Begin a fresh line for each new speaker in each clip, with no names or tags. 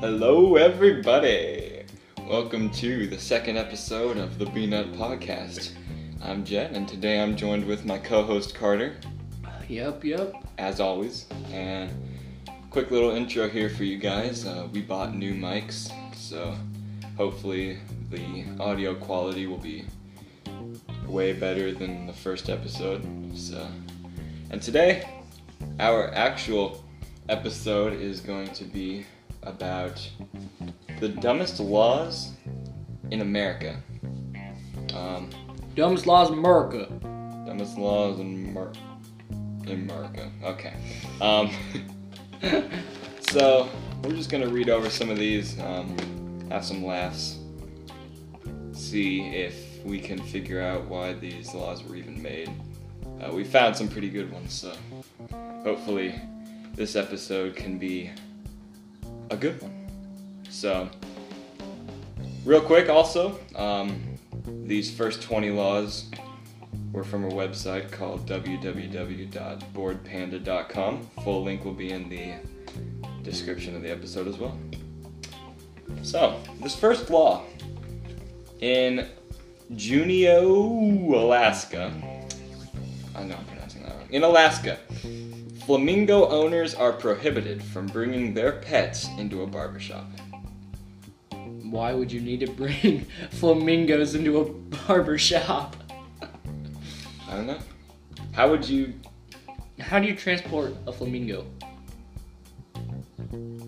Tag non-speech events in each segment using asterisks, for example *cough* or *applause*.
Hello, everybody. Welcome to the second episode of the Peanut Podcast. I'm Jen, and today I'm joined with my co-host Carter,
Yep, yep.
as always. And quick little intro here for you guys. Uh, we bought new mics, so hopefully the audio quality will be way better than the first episode. So, and today our actual episode is going to be about the dumbest laws in America. Um,
Dumbest laws in America.
Dumbest laws in, Mer- in America. Okay. Um, *laughs* so we're just gonna read over some of these, um, have some laughs, see if we can figure out why these laws were even made. Uh, we found some pretty good ones, so hopefully this episode can be a good one. So, real quick, also, um, these first 20 laws we're from a website called www.boardpanda.com. Full link will be in the description of the episode as well. So, this first law in Junio, Alaska. I know I'm pronouncing that wrong. In Alaska, flamingo owners are prohibited from bringing their pets into a barbershop.
Why would you need to bring *laughs* flamingos into a barber shop?
I don't know. How would you
How do you transport a flamingo?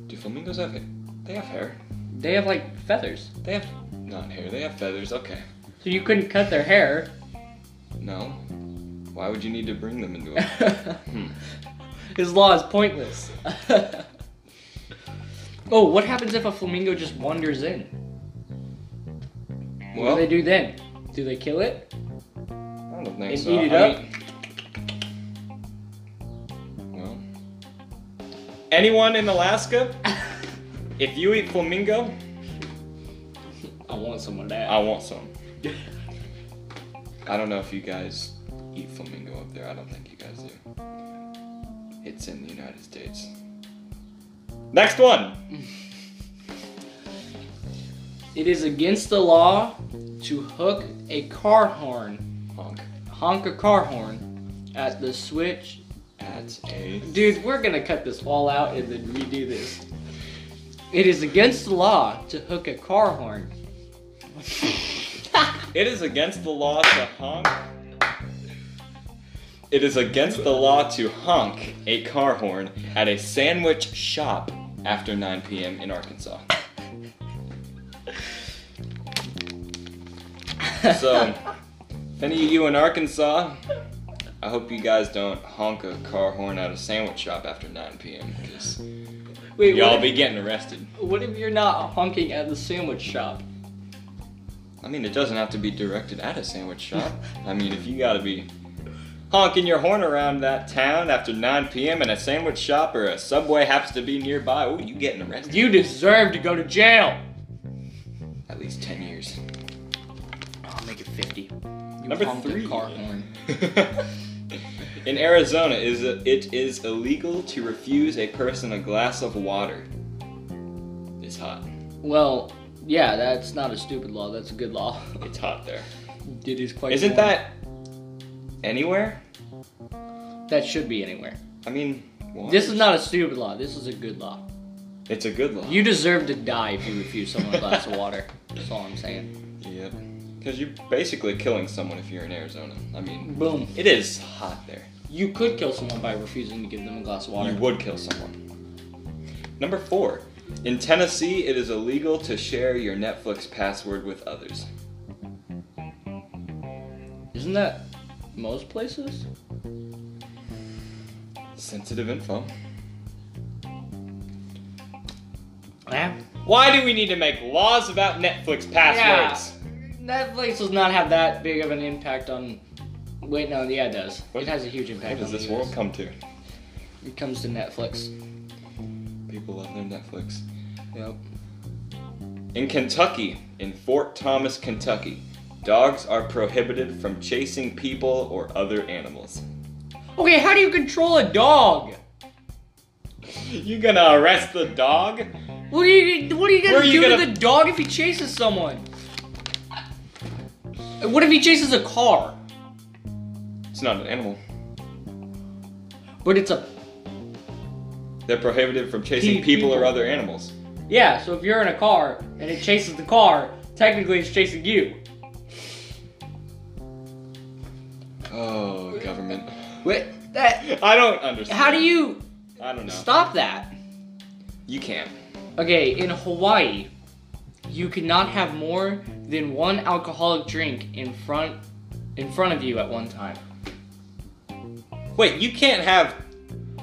do flamingos have hair? They have hair.
They have like feathers,
They have not hair. They have feathers. Okay.
so you couldn't cut their hair. *laughs*
No. Why would you need to bring them into it?
Hmm. His law is pointless. *laughs* oh, what happens if a flamingo just wanders in?
well,
*laughs* what do they do then? Do they kill it?
I don't think
and
so.
eat it
I
up?
mean- well, anyone in
*laughs*
Alaska, if you eat flamingo,
I want some of
I
that.
want some. I don't know if you guys eat flamingo up there. I don't think you guys do. It's in the United States. Next one.
It is against the law to hook a car horn,
Honk.
honk a car horn, at the switch
That's a.
Dude, we're gonna cut this all out and then redo this. It is against the law to hook a car horn.
It is against the law to honk. It is against the law to honk a car horn at a sandwich shop after 9 p.m. in Arkansas. So, if any of you in Arkansas, I hope you guys don't honk a car horn at a sandwich shop after 9 p.m. because
Wait,
y'all
what,
be getting arrested.
if, what if you're not honking at the sandwich shop?
I mean, it doesn't have to be directed at a sandwich shop. I mean, if you gotta be honking your horn around that town after 9 p.m. and a sandwich shop or a subway happens to be nearby, oh, you getting arrested.
You deserve to go to jail.
At least 10 years. *laughs*
I'll make it 50. You
Number
honked a
three.
car horn.
In Arizona, is it, it is illegal to refuse a person a glass of water. It's hot.
Well, yeah, that's not a stupid law. That's a good law. *laughs*
It's hot there.
It is quite.
Isn't
warm.
that anywhere?
That should be anywhere.
I mean, water.
This is not a stupid law. This is a good law.
It's a good law.
You deserve to die if you refuse someone a glass of water. That's all I'm saying.
Yep. Because you're basically killing someone if you're in Arizona. I mean,
Boom.
it is hot there.
You could kill someone by refusing to give them a glass of water.
You would kill someone. Number four. In Tennessee, it is illegal to share your Netflix password with others. Mm-hmm.
Isn't that most places?
Sensitive info.
Yeah.
Why do we need to make laws about Netflix passwords?
Netflix does not have that big of an impact on. Wait, no, yeah, it does.
What-
it has a huge
What
impact
does
on the
this world Mm-hmm.
US.
come to?
It comes to Netflix.
People love their Netflix.
Yep.
In Kentucky, in Fort Thomas, Kentucky, dogs are prohibited from chasing people or other animals.
Okay, how do you control a dog?
You gonna arrest the dog?
What are you What are you
Where
gonna
are you
do
gonna-
to the dog if he chases someone? And What if he chases a car?
It's not an animal.
But it's a
They're prohibited from chasing
Pe-
people or
people.
other animals.
yeah. So if you're in a car and it chases the car, technically it's chasing you.
Oh, government.
Wait,
*laughs*
that.
I don't understand.
How do you
I don't know.
stop that?
You can't.
Okay, in Hawaii, you cannot have more than one alcoholic drink in front in front of you at one time.
Wait, you can't have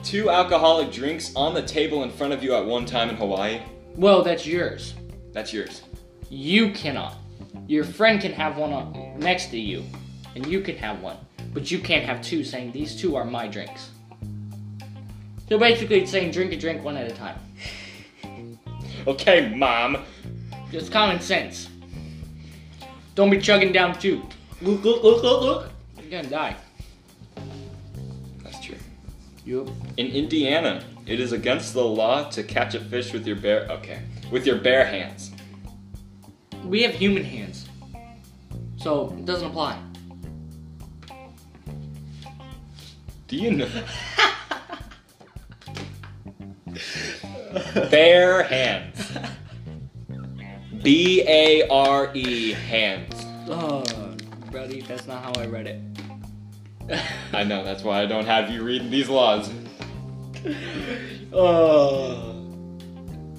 two alcoholic drinks on the table in front of you at one time in Hawaii?
Well, that's yours.
That's yours.
You cannot. Your friend can have one on, next to you, and you can have one, but you can't have two. Saying these two are my drinks. So basically, it's saying drink a drink one at a time.
Okay, mom.
It's common sense. Don't be chugging down two. Look! Look! Look! Look! Look! You're gonna die.
That's true.
Yup.
In Indiana, it is against the law to catch a fish with your bare okay, with your bare hands.
We have human hands, so it doesn't *laughs* apply.
Do you
*laughs*
know? bare hands. B A R E hands.
Oh, buddy, that's not how I read *laughs* it.
I know that's why I don't have you reading these laws.
oh.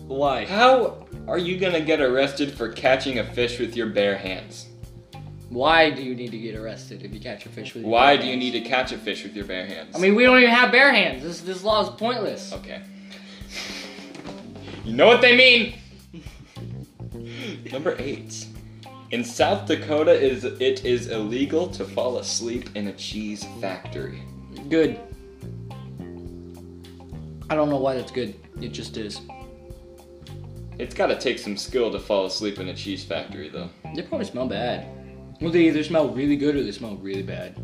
Why?
How are you gonna get arrested for catching a fish with your bare hands?
Why do you need to get arrested if you catch a fish with your
Why
bare
do you
hands?
need to catch a fish with your bare hands?
I mean, we don't even have bare hands. This this law is pointless.
Okay. You know what they mean. Number eight. In South Dakota, is it is illegal to fall asleep in a cheese factory.
Good. I don't know why that's good. It just is.
It's gotta take some skill to fall asleep in a cheese factory, though.
They probably smell bad. Well, they either smell really good or they smell really bad.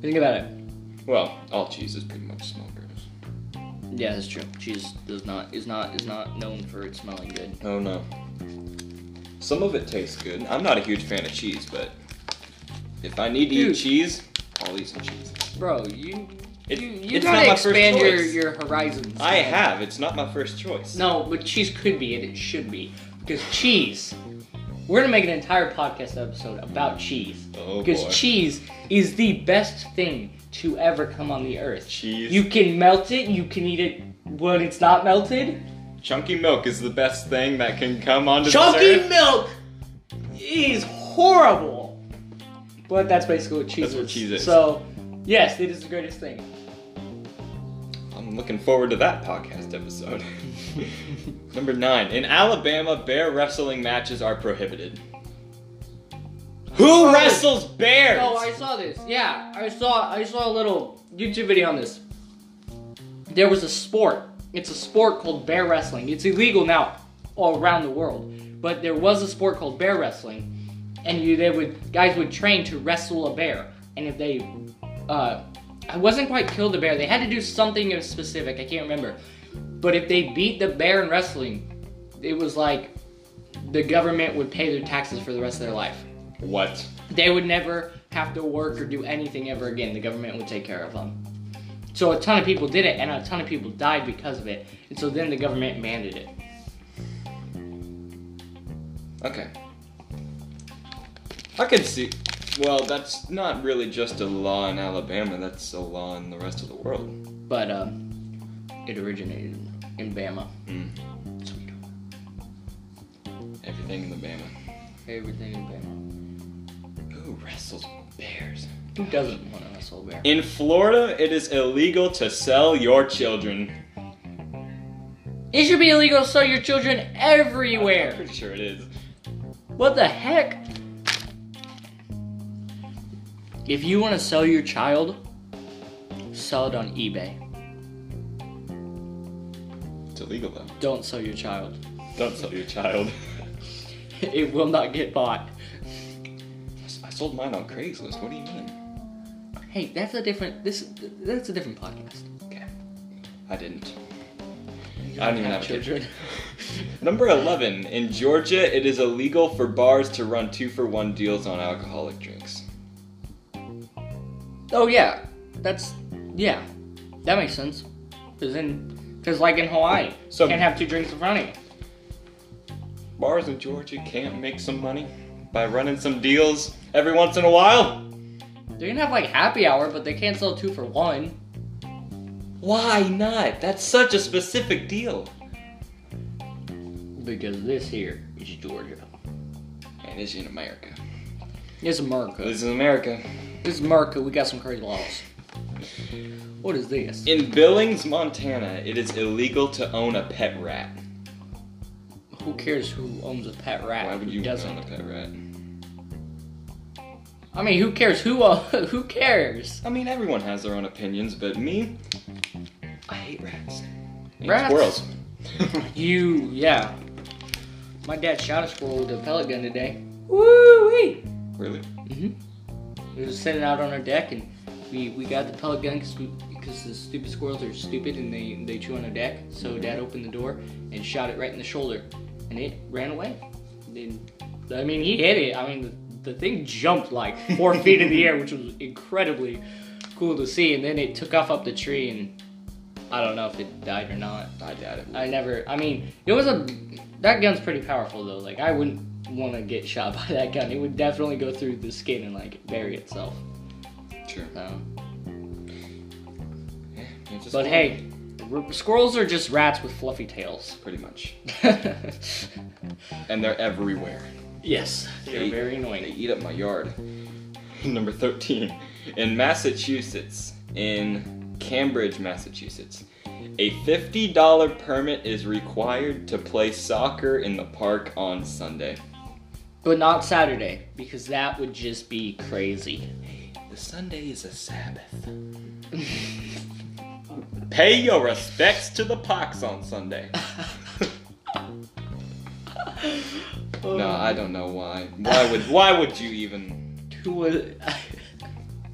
Think about it.
Well, all cheeses pretty much smell gross.
Yeah, that's true. Cheese does not is not is not known for it smelling good.
Oh no. Some of it tastes good. I'm not a huge fan of cheese, but if I need to eat
Dude.
cheese, I'll eat some cheese.
Bro, you
It-
you, you
it's not
gotta
my first
expand your
choice.
your horizons.
I have. It's not my first choice.
No, but cheese could be, and it should be. Because cheese, we're gonna make an entire podcast episode about cheese.
Oh,
because
boy.
cheese is the best thing to ever come on the earth.
Cheese.
You can melt it. You can eat it when it's not melted.
Chunky milk is the best thing that can come onto
Chunky
this earth.
milk is horrible. But that's basically what cheese
That's what
is.
cheese is.
So, yes, it is the greatest thing.
I'm looking forward to that podcast episode. *laughs* Number nine. In Alabama, bear wrestling matches are prohibited. Who
Oh.
wrestles bears?
Oh, I saw this. Yeah, I saw I saw a little YouTube video on this. There was a sport. It's a sport called bear wrestling. It's illegal now all around the world, but there was a sport called bear wrestling, and you they would guys would train to wrestle a bear, and if they, uh, I wasn't quite killed the bear. They had to do something specific. I can't remember, but if they beat the bear in wrestling, it was like the government would pay their taxes for the rest of their life
What?
they would never have to work or do anything ever again. The government would take care of them. So a ton of people did it, and a ton of people died because of it. And so then the government mandated it.
Okay. I can see. Well, that's not really just a law in Alabama, that's a law in the rest of the world.
But um, it originated in Bama.
Mm.
So we don't-
Everything in the Bama.
Everything in Bama.
Who wrestles bears?
Who doesn't want to wrestle a bear?
In Florida, it is illegal to sell your children.
It should be illegal to sell your children
I'm
everywhere.
pretty sure it is.
What the heck? If you want to sell your child, sell it on eBay.
It's illegal though.
Don't sell your child.
Don't sell your child. *laughs*
*laughs* it will not get bought.
I sold mine on Craigslist. What do you mean?
Hey, that's a different. This that's a different podcast.
Okay. I didn't.
You
I don't even have a kid.
children.
Number 11. In Georgia, it is illegal for bars to run two for one deals on alcoholic drinks.
Oh yeah, that's yeah, that makes sense. Cause in, cause like in Hawaii,
So-
you can't have two drinks in front of you.
Bars in Georgia can't make some money by running some deals every once in a while?
They're gonna have like happy hour, but they can't sell two for one.
Why not? That's such a specific deal.
Because this here is Georgia.
And this is in America.
It's America.
This is America.
This is America. We got some crazy laws. What is this?
In Billings, Montana, it is illegal to own a pet rat.
Who cares who owns a pet rat?
Why would you
who doesn't?
own a pet rat?
I mean, who cares who? Uh, *laughs* who cares?
I mean, everyone has their own opinions, but me, I hate rats. And
Rats?
squirrels. *laughs*
You yeah. My dad shot a squirrel with a pellet gun today. Woo wee.
really?
We were sitting out on our deck, and we, we got the pellet gun because the stupid squirrels are stupid and they, they chew on our deck. So Dad opened the door and shot it right in the shoulder, and it ran away. Then, I mean, he hit it. I mean, the, the thing jumped like four feet in the air, which was incredibly cool to see. And then it took off up the tree, and I don't know if it died or not.
I doubt it.
I never. I mean, it was a. That gun's pretty powerful though. Like I wouldn't want to get shot *laughs* by that gun. It would definitely go through the skin and like bury itself.
Sure.
So.
Yeah, it's just squirrel.
But hey, r- squirrels are just rats with fluffy tails. *laughs*
Pretty much. And they're everywhere.
yes, they're
They-
very
They
annoying.
eat up my yard. *laughs* Number 13. In Massachusetts, in Cambridge, Massachusetts, a $50 permit is required to play soccer in the park on Sunday.
But not Saturday because that would just be crazy.
The Sunday is a Sabbath. *laughs* Pay your respects to the pox on Sunday. no, I don't know why. Why would why would you even
Who was?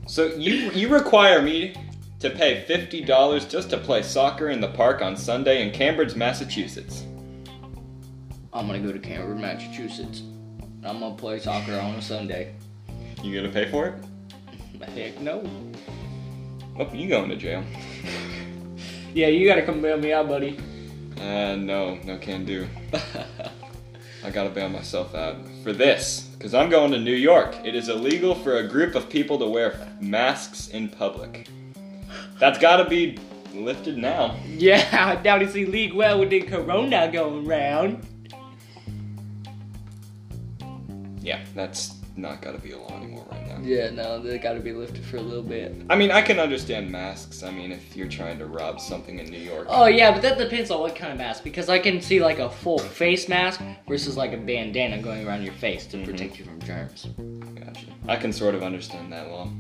So you you require me to pay fifty dollars just to play soccer in the park on Sunday in Cambridge, Massachusetts.
*laughs* I'm gonna go to Cambridge, Massachusetts. I'm gonna play soccer on a Sunday.
You gonna pay for it?
Heck no.
Oh, you going to jail?
Yeah, you gotta come bail me out, buddy.
Uh, no, no can do. *laughs* I gotta bail myself out for this, because I'm going to New York. It is illegal for a group of people to wear masks in public. That's gotta be lifted now.
Yeah, *laughs* I doubt it's illegal well with the corona going round.
Yeah, that's not gotta be a law anymore right now.
Yeah, no, they gotta be lifted for a little bit.
I mean, I can understand masks. I mean, if you're trying to rob something in New York.
Oh yeah, but that depends on what kind of mask. Because I can see like a full face mask versus like a bandana going around your face to protect you from germs.
Gotcha. I can sort of understand that law.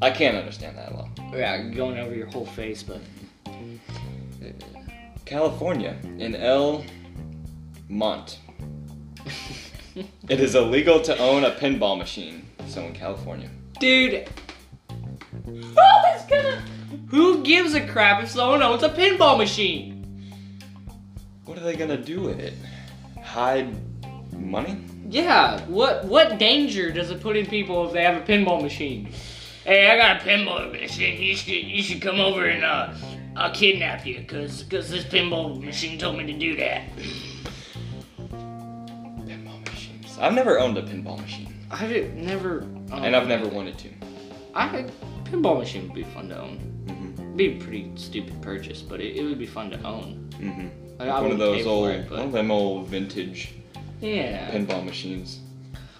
I can't understand that law.
Yeah, going over your whole face, but
California, in El Mont. it is illegal to own a pinball machine. So in California.
dude, oh, it's gonna. *laughs* Who gives a crap if someone owns a pinball machine?
What are they gonna do with it? Hide money?
Yeah, what what danger does it put in people if they have a pinball machine? Hey, I got a pinball machine. You should you should come over and uh, I'll kidnap you, cause cause this pinball machine told me to do that.
Pinball machines. I've never owned a pinball machine.
I've never. um,
And I've never wanted to.
I had pinball machine would be fun to own.
Mm-hmm.
It'd be a pretty stupid purchase, but it, it would be fun to own.
hmm
Like, I
One of
wouldn't pay
those
for
old
it, but-
one of them old vintage
yeah.
pinball machines.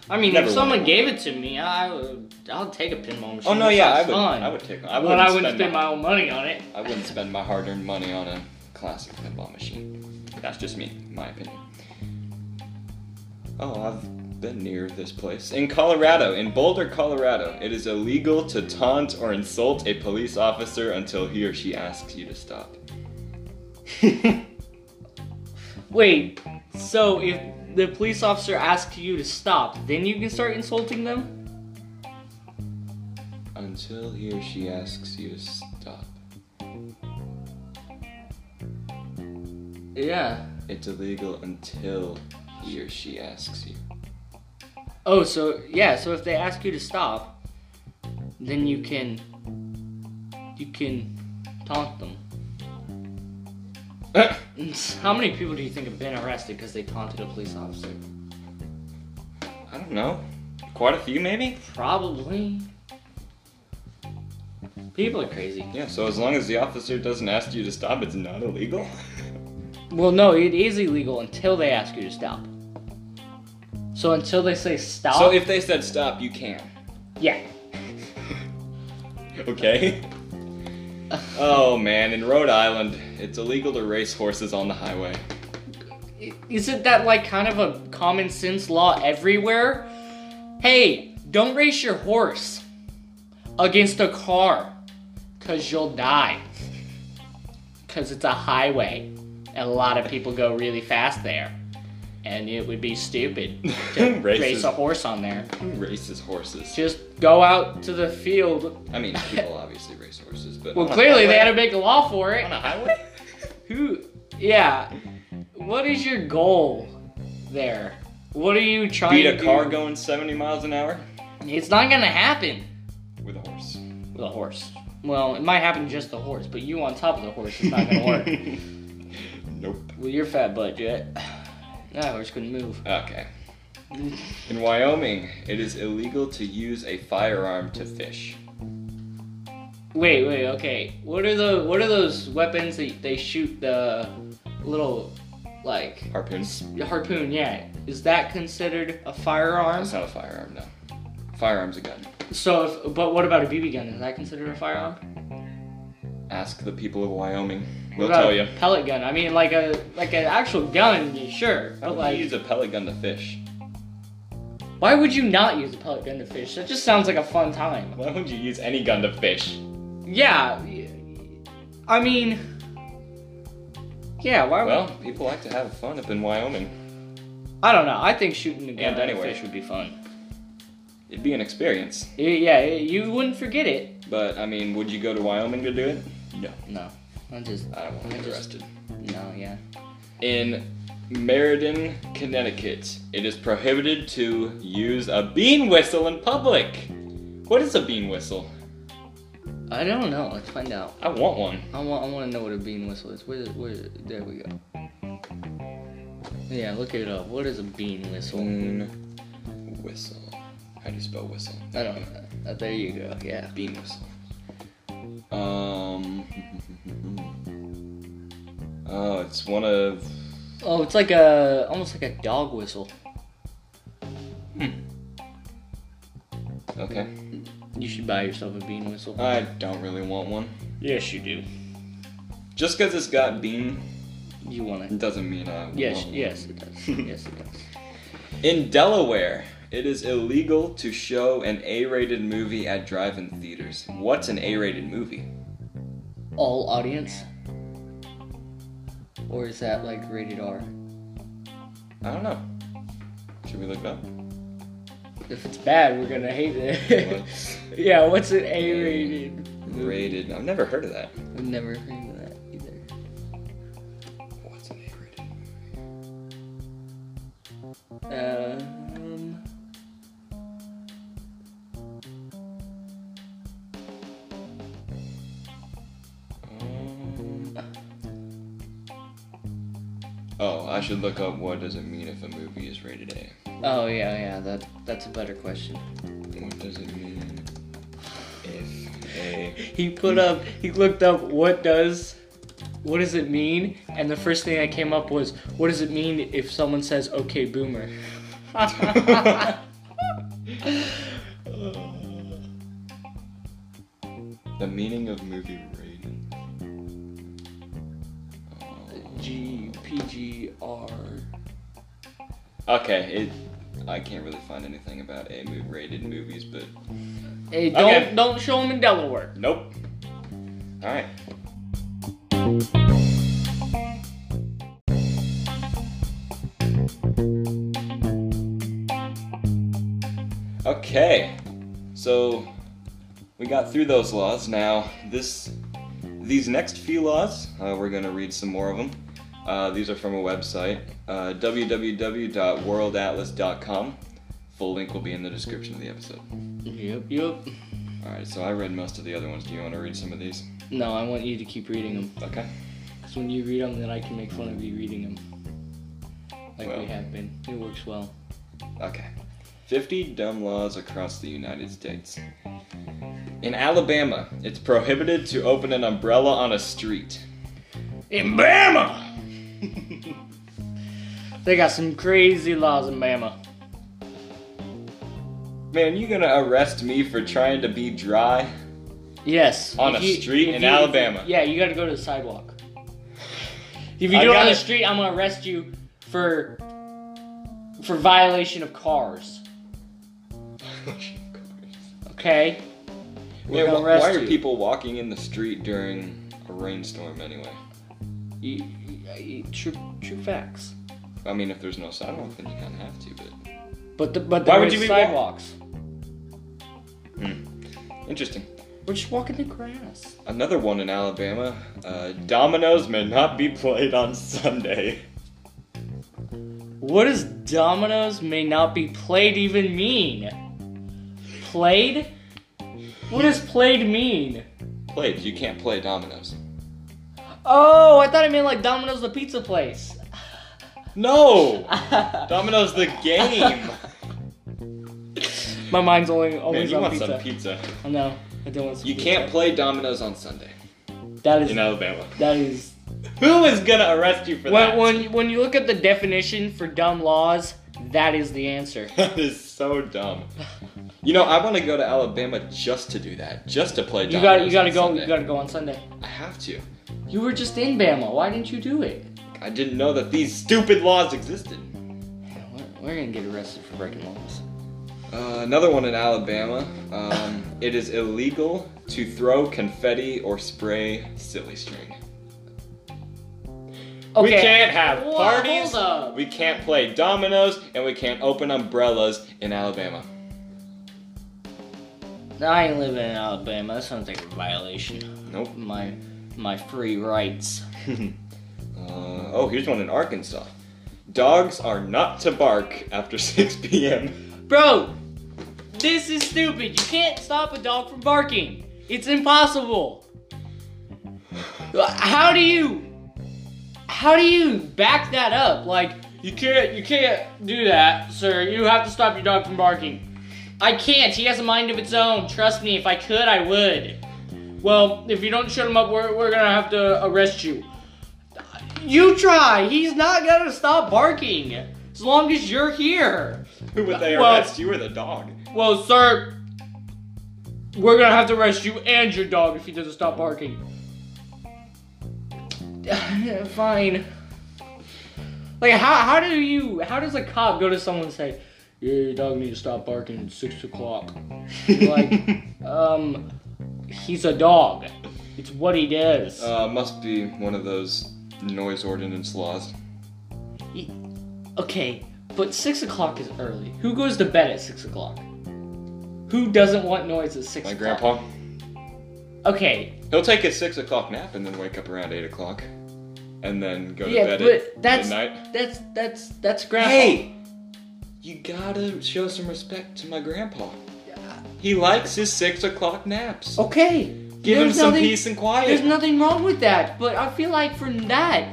I mean,
never
if someone
wanted
gave it to me, I would. I'll take a pinball machine.
Oh no,
That
yeah, I
sounds
would
Fun.
I would take one. I
but I
wouldn't spend my
own money on it.
I wouldn't spend my hard-earned money on a classic pinball machine. That's just me, my opinion. Oh, I've been near this place. In Colorado, in Boulder, Colorado, it is illegal to taunt or insult a police officer until he or she asks you to stop.
Wait. So if the police officer asks you to stop, then you can start insulting them.
until he or she asks you to stop.
Yeah.
It's illegal until he or she asks you. *coughs*
Oh, so yeah, so if they ask you to stop, then you can you can taunt them. *laughs* How many people do you think have been arrested because they taunted a police officer?
I don't know. Quite a few, maybe?
Probably. People are crazy.
Yeah, so as long as the officer doesn't ask you to stop, it's not illegal. *laughs*
Well, no, it is illegal until they ask you to stop. So until they say stop,
So if they said stop, you can.
yeah,
*laughs*
*laughs*
Okay? Oh man, in Rhode Island, it's illegal to race horses on the highway.
I- isn't that like kind of a common sense law everywhere? Hey, don't race your horse against a car, cause you'll die. Cause it's a highway, and a lot of people go really fast there, and it would be stupid to
*laughs* Races.
race a horse on there.
Who races horses?
Just go out to the field
I mean, people obviously race horses, but.
Well,
on a
clearly they had
highway-
to make a law for
On
it.
a
*laughs*
highway?
Who? Yeah. What is your goal there? What are you trying
Beat a
to
car
do?
going 70 miles an hour?
It's not gonna happen
With a horse.
with a horse. Well, it might happen just the horse, but you on top of the horse is not
*laughs*
gonna work
Nope.
with your fat butt, Jet. That horse couldn't move.
Okay. In Wyoming, it is illegal to use a firearm to fish.
Wait, wait, okay. What are the what are those weapons that they shoot the little like
Harpoons?
harpoon? Yeah, is that considered a firearm?
That's not a firearm, no. Firearm's a gun.
So, if, but what about a BB gun? Is that considered a firearm?
Ask the people of Wyoming. We'll
What about
tell
a
you.
Pellet gun. I mean, like a like an actual gun, yeah, sure.
How would
But
you
like,
use a pellet gun to fish?
why would you not use a pellet gun to fish? That just sounds like a fun time.
Why would you use any gun to fish?
Yeah. y- I mean, yeah. Why? would-
Well, people like to have fun up in Wyoming.
I don't know. I think shooting a gun
And
at a
anyway.
fish would be fun.
It'd be an experience.
Y- Yeah, y- you wouldn't forget it.
But, I mean, would you go to Wyoming to do it? No.
No, I just
I don't want to
I
get
just-
arrested.
no. Yeah.
In Meriden, Connecticut, it is prohibited to use a bean whistle in public. What is a bean whistle?
I don't know. Let's find out.
I want one.
I want. I want to know what a bean whistle is. Where? Where? There we go. Yeah, look it up. What is a bean whistle?
Bean whistle. How do you spell whistle?
I don't know. Uh, there you go. Yeah.
Bean whistle. Um. *laughs* Oh, it's one of.
Oh, it's like a almost like a dog whistle.
Okay.
You should buy yourself a bean whistle.
I don't really want one.
Yes, you do.
Just because it's got bean
You want it?
doesn't mean I.
Yes,
want one.
yes, it does. yes, it does.
In Delaware, it is illegal to show an A-rated movie at drive-in theaters. What's an A-rated movie?
All audience, or is that like rated R?
I don't know. Should we look
*laughs*
it up?
If it's bad, we're gonna hate it. *laughs*
What's
yeah, what's an A rated?
rated? I've never heard of that.
I've never heard of that either.
What's an A-rated?
Um,
Um, Oh, I should look up what does it mean if a movie is rated A.
oh yeah, yeah. That that's a better question.
What does it mean if a *laughs*
He put up, he looked up what does, what does it mean? And the first thing that came up was, what does it mean if someone says, okay, boomer?
the meaning of movie rating?
G, P, G, R.
Okay, it. I can't really find anything about A movie rated movies, but
Hey, don't,
Okay.
don't show him in Delaware.
nope. All right. Okay, so we got through those laws. Now this, these next few laws, uh, we're gonna read some more of them. Uh, these are from a website, uh, www.worldatlas.com. Full link will be in the description of the episode.
Yep, yep.
All right, so I read most of the other ones. Do you want to read some of these?
No, I want you to keep reading them.
Okay.
Because when you read them, then I can make fun of you reading them. Like
Well.
we have been. It works well.
Okay. 50 dumb laws across the United States. In Alabama, it's prohibited to open an umbrella on a street.
In Bama! they got some crazy laws in Bama.
Man, you gonna arrest me for trying to be dry? *laughs*
Yes.
On
If
a
you-
street
if
in
you-
Alabama.
Yeah, you gotta go to the sidewalk. If you
I
do it on
gotta-
the street, I'm gonna arrest you for for violation of cars. Okay? We're
Man,
gonna
wh-
arrest
why are
you.
people walking in the street during a rainstorm anyway?
You- you- you- true, true facts.
I mean, if there's no sidewalk, then you kind of have to. But
But the, but
Why
there
would
is
you be wa-
sidewalks.
interesting.
We're just walking the grass.
Another one in Alabama: uh, dominoes may not be played on Sunday. *laughs*
What does dominoes may not be played even mean? Played? What does played mean?
Played? You can't play dominoes.
Oh, I thought it meant like Domino's the pizza place.
*laughs* No, dominoes the *laughs* game.
My mind's only
Man,
always
you
on
want
pizza.
some pizza?
I know. I don't want some
You
pizza.
can't play dominoes on Sunday
That is
in Alabama.
that is
Who is gonna arrest you for
when,
that?
when when you look at the definition for dumb laws, that is the answer.
*laughs* That is so dumb. You know, I want to go to Alabama just to do that, just to play.
You got
dominoes
you got to
on
go
Sunday.
you got to go on Sunday.
I have to.
You were just in Bama. Why didn't you do it?
I didn't know that these stupid laws existed.
Yeah, we're, we're gonna get arrested for breaking laws.
Uh, another one in Alabama. Um, it is illegal to throw confetti or spray silly string. We can't have
Whoa,
parties.
hold up.
We can't play dominoes, and we can't open umbrellas in Alabama.
I ain't living in Alabama. That sounds like a violation.
Nope.
of My my free rights.
Uh, oh, here's one in Arkansas. Dogs are not to bark after *laughs* 6 p.m.
Bro, this is stupid. You can't stop a dog from barking. It's impossible. How do you how do you back that up? Like you can't you can't do that, sir. You have to stop your dog from barking. I can't. He has a mind of its own. Trust me, if I could, I would. Well, if you don't shut him up, we're, we're gonna have to arrest you. You try. He's not gonna stop barking as long as you're here.
Who would they
Well-
arrest? You were the dog.
Well, sir, we're gonna have to arrest you and your dog if he doesn't stop barking. *sighs* Fine. Like, how, how do you, how does a cop go to someone and say, yeah, your dog needs to stop barking at 6 o'clock? like, um, he's a dog. It's what he
*laughs*
does.
Uh, must be one of those noise ordinance laws.
He- okay, but 6 o'clock is early. Who goes to bed at 6 o'clock? Who doesn't want noise at 6
My
o'clock?
grandpa.
Okay,
He'll take his six o'clock nap and then wake up around eight o'clock, and then go to
Yeah,
bed
but
at
that's
midnight.
that's that's that's grandpa.
Hey, you gotta show some respect to my grandpa. He likes his six o'clock naps.
Okay.
Give him
Oh, there's
some
nothing-
peace and
There's
quiet.
nothing wrong with that, but I feel like for that,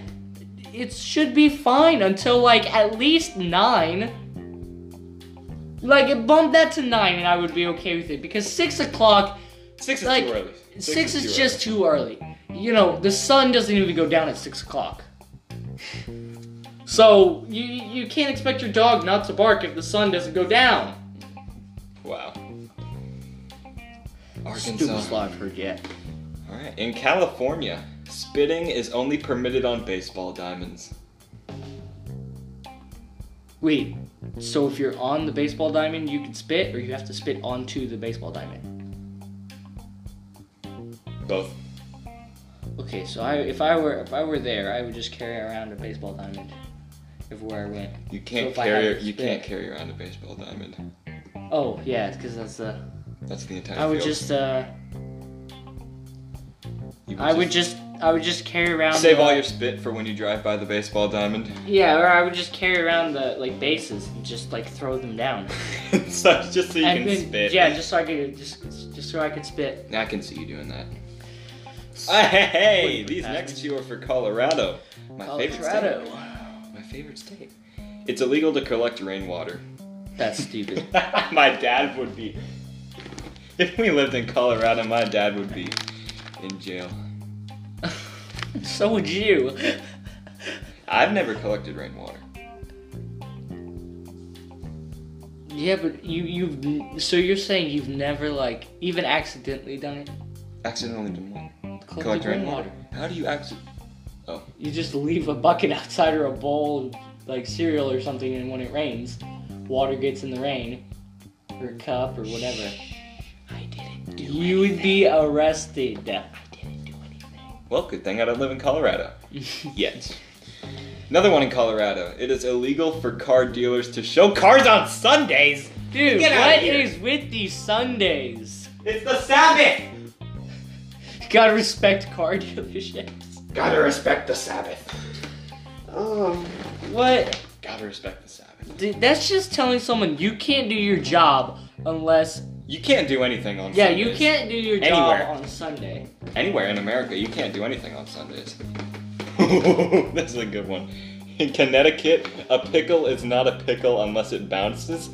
it should be fine until like at least nine. Like bump that to nine, and I would be okay with it because six o'clock,
six is
like
too early.
six, is, just too early. You know, the sun doesn't even go down at six o'clock. So you you can't expect your dog not to bark if the sun doesn't go down.
too wow.
Stupidest
Arkansas.
law I've heard yet.
All right. In California, spitting is only permitted on baseball diamonds.
Wait, so if you're on the baseball diamond, you can spit, or you have to spit onto the baseball diamond?
Both.
Okay, so I, if I were if I were there, I would just carry around a baseball diamond everywhere I went.
You can't
if I
carry
had to
you
spit-
can't carry around a baseball diamond.
Oh yeah, because that's uh,
That's the entire.
I would
field.
just uh,
You
I would just I would just carry around.
Save
the-
all your spit for when you drive by the baseball diamond. *laughs*
Yeah, or I would just carry around the like bases and just like throw them down.
so just so *laughs* you
and
can
then-
spit.
Yeah, just so I could just just so I could spit.
I can see you doing that. *laughs* Hey, hey, these
Pass
next two are for Colorado. My favorite
Colorado.
state. My favorite state. It's illegal to collect rainwater. *laughs*
That's stupid. *laughs*
my dad would be. If we lived in Colorado, my dad would be in jail.
so
*laughs*
would you.
I've never collected rainwater.
Yeah, but you you've n- so you're saying you've never like even accidentally done it.
Accidentally done what?
Collected
Collect rainwater. How do you accident?
You just leave a bucket *laughs* outside or a bowl of like cereal or something, and when it rains, water gets in the rain, or a cup or whatever.
I didn't do
You would be arrested.
I didn't do anything.
Well, good thing I don't live in Colorado.
*laughs*
Yet. Another one in Colorado. It is illegal for car dealers to show cars on Sundays.
Dude,
Get outta
what
here.
is with these Sundays?
It's the Sabbath.
You gotta respect *laughs* car dealerships.
Gotta respect the Sabbath.
Oh.
What?
Gotta respect the Sabbath.
Dude, that's just telling someone you can't do your job unless.
You can't do anything on
Yeah,
Sundays.
you can't do your job
Anywhere.
on Sunday.
Anywhere in America, you can't do anything on Sundays. *laughs* That's a good one. In Connecticut, a pickle is not a pickle unless it bounces.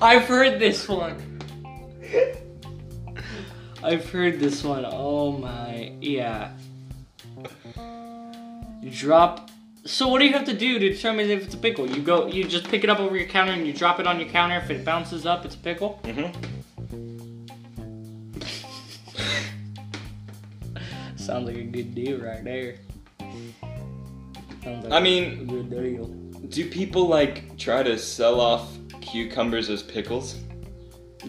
I've heard this one. I've heard this one. Oh my. Yeah. You drop. So what do you have to do to determine if it's a pickle? You go, you just pick it up over your counter and you drop it on your counter. If it bounces up, it's a pickle.
Mm-hmm.
Sounds like a good deal right there. Sounds like
I mean-
a good deal.
Do people like try to sell off cucumbers as pickles?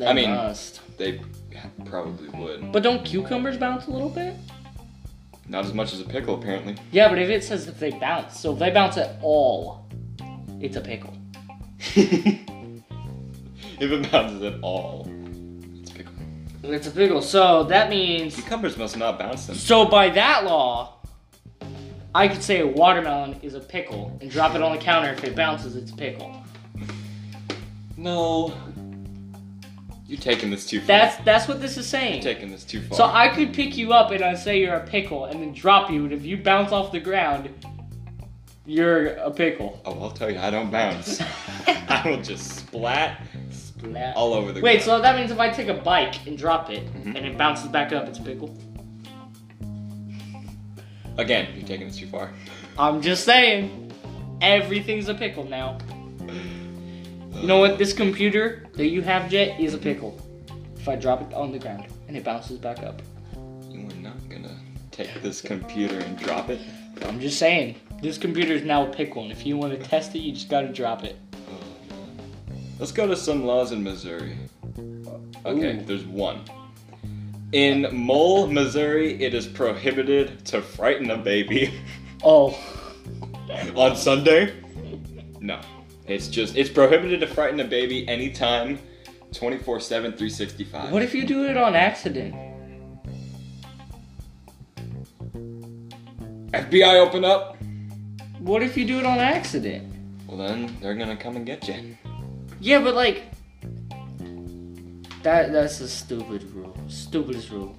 I mean-
must.
They probably would.
But don't cucumbers bounce a little bit?
Not as much as a pickle, apparently. *laughs*
Yeah, but if it says if they bounce, so if they bounce at all, it's a pickle.
if it bounces at all, it's a pickle.
It's a pickle. So that means
Cucumbers must not bounce them.
so by that law, I could say a watermelon is a pickle and drop it on the counter. If it bounces, it's a pickle.
No. You're taking this too far.
That's that's what this is
You're
saying.
taking this too far.
So I could pick you up and I say you're a pickle and then drop you, and if you bounce off the ground, you're a pickle.
oh, I'll tell you, I don't
*laughs*
bounce. *laughs* I will just splat
Splat.
all over the
Wait,
ground.
so that means if I take a bike and drop it and it bounces back up, it's a pickle?
Again, you're taking this too far.
I'm just saying, everything's a pickle now. You know what? This computer that you have, Jet, is a pickle. If I drop it on the ground and it bounces back up,
You are not gonna take this computer and drop it.
I'm just saying, this computer is now a pickle, and if you want to test it, you just gotta drop it.
Let's go to some laws in Missouri. Uh, Okay,
Ooh.
there's one. In Mole, Missouri, it is prohibited to frighten a baby. *laughs*
Oh,
on Sunday? No. It's just it's prohibited to frighten a baby anytime 24/7 365.
what if you do it on accident?
FBI open up?
What if you do it on accident?
Well then, they're going to come and get you.
Yeah, but like, that that's a stupid rule. Stupidest rule.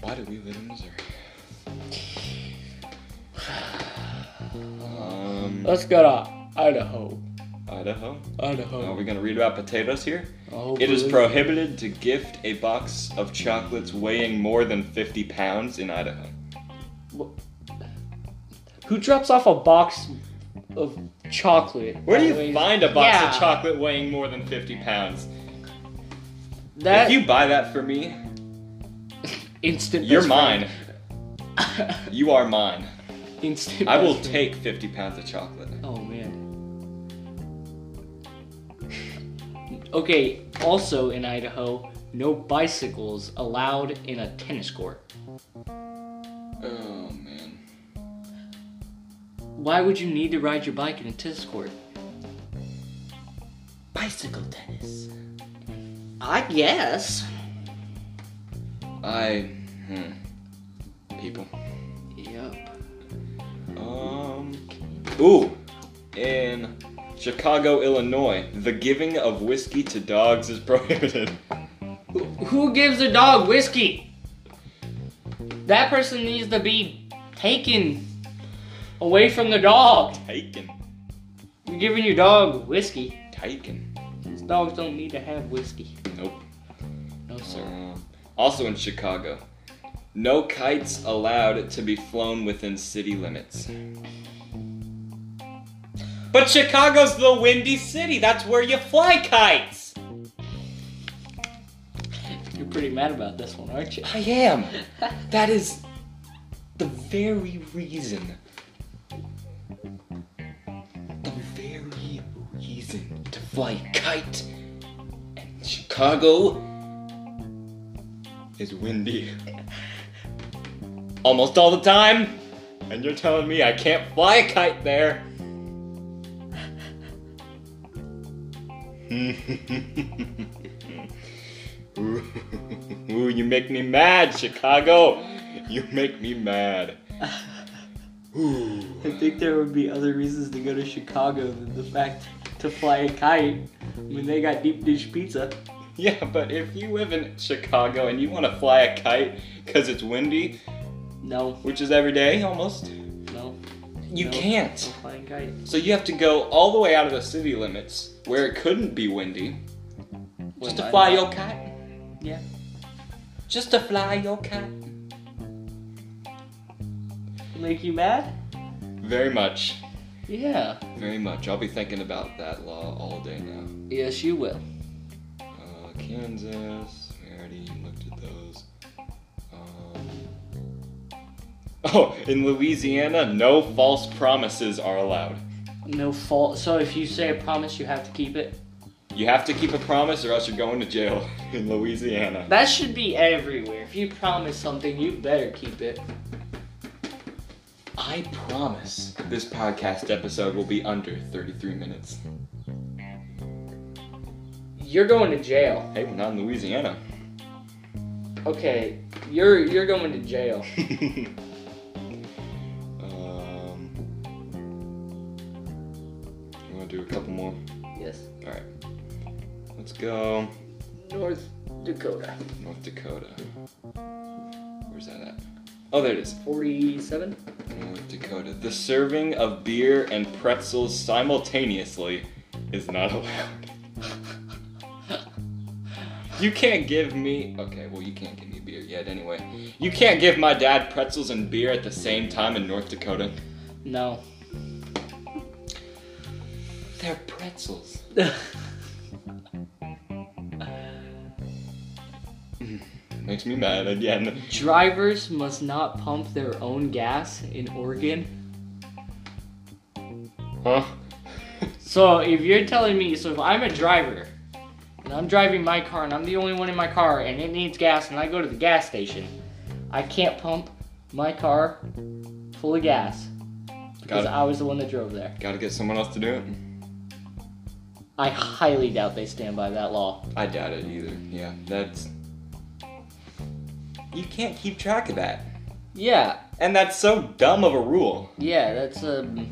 Why do we live in Missouri? Um,
Let's go to Idaho.
Idaho. Are
Idaho.
we going to read about potatoes here?
Oh,
It is
boy.
prohibited to gift a box of chocolates weighing more than 50 pounds in Idaho.
Who drops off a box of chocolate?
Where do
that
you
weighs-
find a box
Yeah.
of chocolate weighing more than 50 pounds?
That
if you buy that for me,
instant.
You're
best
mine.
friend.
*laughs* You are mine.
instant.
I will
best
take 50 pounds of chocolate.
friend. oh man. Okay. Also in Idaho, no bicycles allowed in a tennis court.
Oh man.
Why would you need to ride your bike in a tennis court?
Bicycle tennis. I guess.
I. Hmm. people.
Yep.
Um. Ooh, in Chicago, Illinois, the giving of whiskey to dogs is prohibited. *laughs*
Who- Who gives a dog whiskey? That person needs to be taken away from the dog.
Taken.
You're giving your dog whiskey.
Taken.
These dogs don't need to have whiskey.
Nope.
No, sir.
Um, also in Chicago, no kites allowed to be flown within city limits.
But Chicago's the windy city. That's where you fly kites.
You're pretty mad about this one, aren't *laughs* you?
I am. *laughs* That is the very reason. The very reason to fly a kite. And Chicago is windy. *laughs* Almost all the time. And you're telling me I can't fly a kite there. *laughs* Ooh, you make me mad, Chicago. You make me mad. Ooh.
I think there would be other reasons to go to Chicago than the fact to fly a kite when they got deep dish pizza.
Yeah, but if you live in Chicago and you want to fly a kite because it's windy,
No,
which is every day almost,
no,
you
No.
can't.
flying kite.
So you have to go all the way out of the city limits where it couldn't be windy just to fly your kite.
Yeah.
Just to fly your kite.
Make you mad?
Very much.
Yeah.
Very much. I'll be thinking about that law all day now.
Yes, you will.
Uh, Kansas. We already looked at those. Um, oh, in Louisiana, no false promises are allowed.
No fault. So if you say a promise, you have to keep it.
You have to keep a promise or else you're going to jail *laughs* in Louisiana.
That should be everywhere. If you promise something, you better keep it.
I promise this podcast episode will be under 33 minutes.
You're going to jail.
Hey, we're not in Louisiana.
Okay, you're you're going to jail.
um, you want to do a couple more?
Yes,
All right. Let's go.
North Dakota,
North Dakota. Where's that at? Oh, there it is.
forty-seven.
North Dakota. The serving of beer and pretzels simultaneously is not *laughs* allowed. you can't give me. Okay, well, you can't give me beer yet anyway. You can't give my dad pretzels and beer at the same time in North Dakota.
No.
They're pretzels.
Uh,
Makes me mad again.
Drivers must not pump their own gas in Oregon.
Huh?
So if you're telling me, so if I'm a driver and I'm driving my car and I'm the only one in my car and it needs gas and I go to the gas station, I can't pump my car full of gas
Got
because
it.
I was the one that drove there.
Gotta get someone else to do it.
I highly doubt they stand by that law.
I doubt it either. Yeah, that's. You can't keep track of that.
Yeah,
And that's so dumb of a rule.
yeah, that's um,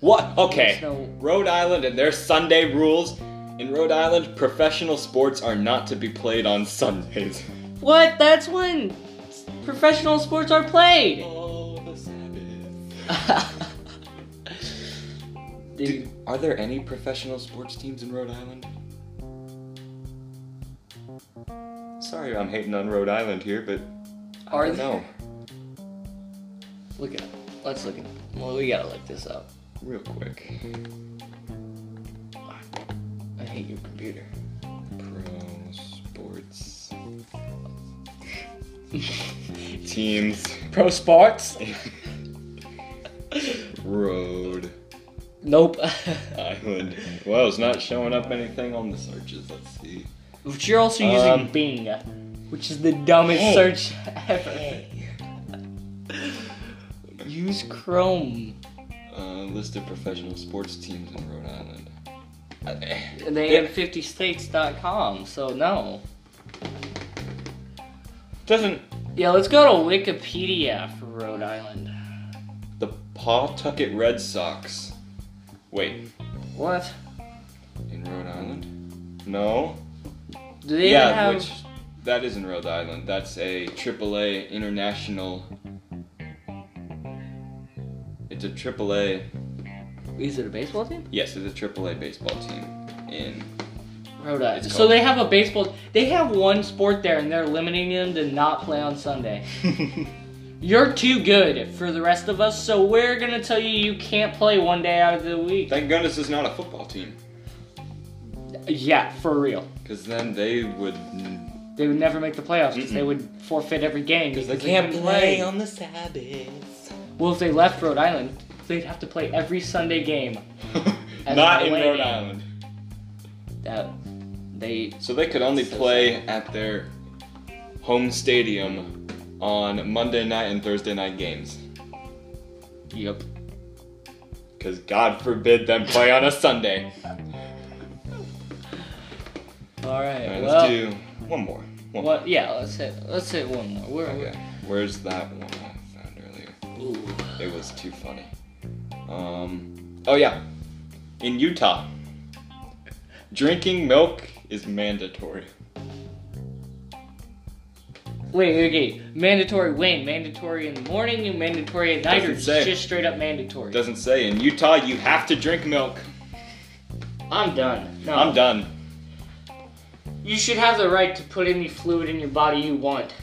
What? Okay.
There's no-
Rhode Island and their Sunday rules. In Rhode Island, professional sports are not to be played on *laughs* Sundays.
what? That's when s- professional sports are played.
Oh, the Sabbath.
Dude,
Are there any professional sports teams in Rhode Island? Sorry, I'm hating on Rhode Island here, but
are they?
no,
Look it up. Let's look it. Up. Well, we gotta look this up.
real quick.
I hate your computer.
Pro *laughs* sports teams.
Pro sports?
Road
Nope. *laughs*
Island. Well, it's not showing up anything on the searches. Let's see.
but you're also using
Um,
Bing, which is the dumbest
Hey.
search ever. Use Chrome.
Uh, list of professional sports teams in Rhode Island. I-
And they have 50states.com, so no.
Doesn't
Yeah, let's go to Wikipedia for Rhode Island.
The Pawtucket Red Sox. Wait,
What?
in Rhode Island? No.
Do they
yeah,
even have?
which that is in Rhode Island. That's a AAA international. It's a AAA.
Is it a baseball team?
Yes, it's a AAA baseball team in
Rhode Island.
It's
So
called-
they have a baseball. They have one sport there, and they're limiting them to not play on Sunday. You're too good for the rest of us, so we're gonna tell you you can't play one day out of the week.
Thank goodness it's not a football team,
Yeah, for real.
because then they would.
They would never make the playoffs because they would forfeit every game.
Because they
because
can't
couldn't
play.
on the
*laughs*
Sabbath.
Well, if they left Rhode Island, they'd have to play every Sunday game. As
not in
away
Rhode
game.
Island.
That they
So they could only
So
play at their home stadium on Monday night and Thursday night games.
Yep.
Because God forbid them play on a Sunday.
All right.
Alright,
well,
let's do one more. One more.
what? Yeah. Let's hit. Let's hit one more. We're,
Okay. Where's that one I found earlier?
ooh.
It was too funny. Um, oh, yeah. In Utah, drinking milk is mandatory.
Wait. Okay. Mandatory when? Mandatory in the morning and mandatory at night, or
Doesn't say.
just straight up mandatory?
Doesn't say. In Utah, you have to drink milk.
I'm done. No.
I'm done.
You should have the right to put any fluid in your body you want.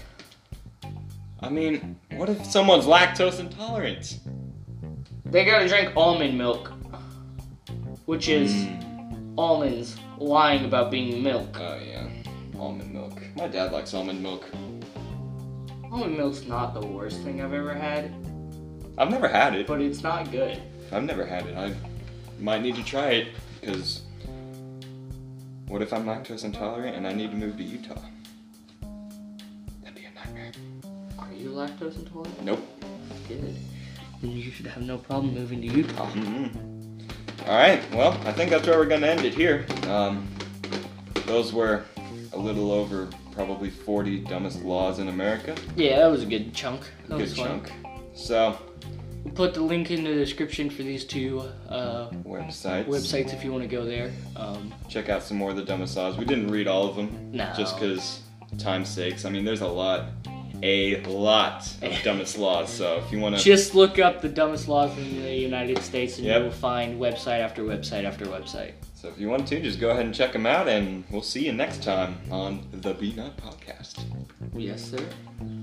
I mean, what if someone's lactose intolerant?
They gotta drink almond milk, which is
Hmm.
almonds lying about being milk.
Oh, yeah. Almond milk. My dad likes almond milk.
Almond milk's not the worst thing I've ever had,
I've never had it.
but it's not good.
I've never had it. I might need to try it because what if I'm lactose intolerant and I need to move to Utah? That'd be a nightmare.
Are you lactose intolerant?
Nope.
Good. Then you should have no problem moving to Utah.
Mm-hmm. All right. Well, I think that's where we're gonna end it here. Um, those were a little over probably 40 dumbest laws in America.
Yeah, that was a good chunk. That
Good
was fun.
chunk. So
We'll put the link in the description for these two uh,
websites.
websites if you want to go there. Um,
Check out some more of the dumbest laws. We didn't read all of them.
No.
Just because time's sakes. I mean, there's a lot, a lot of dumbest laws. So if you wanna.
just look up the dumbest laws in the United States, and
Yep.
you will find website after website after website.
So if you want to, just go ahead and check them out, and we'll see you next time on the Be Not Podcast.
Yes, sir.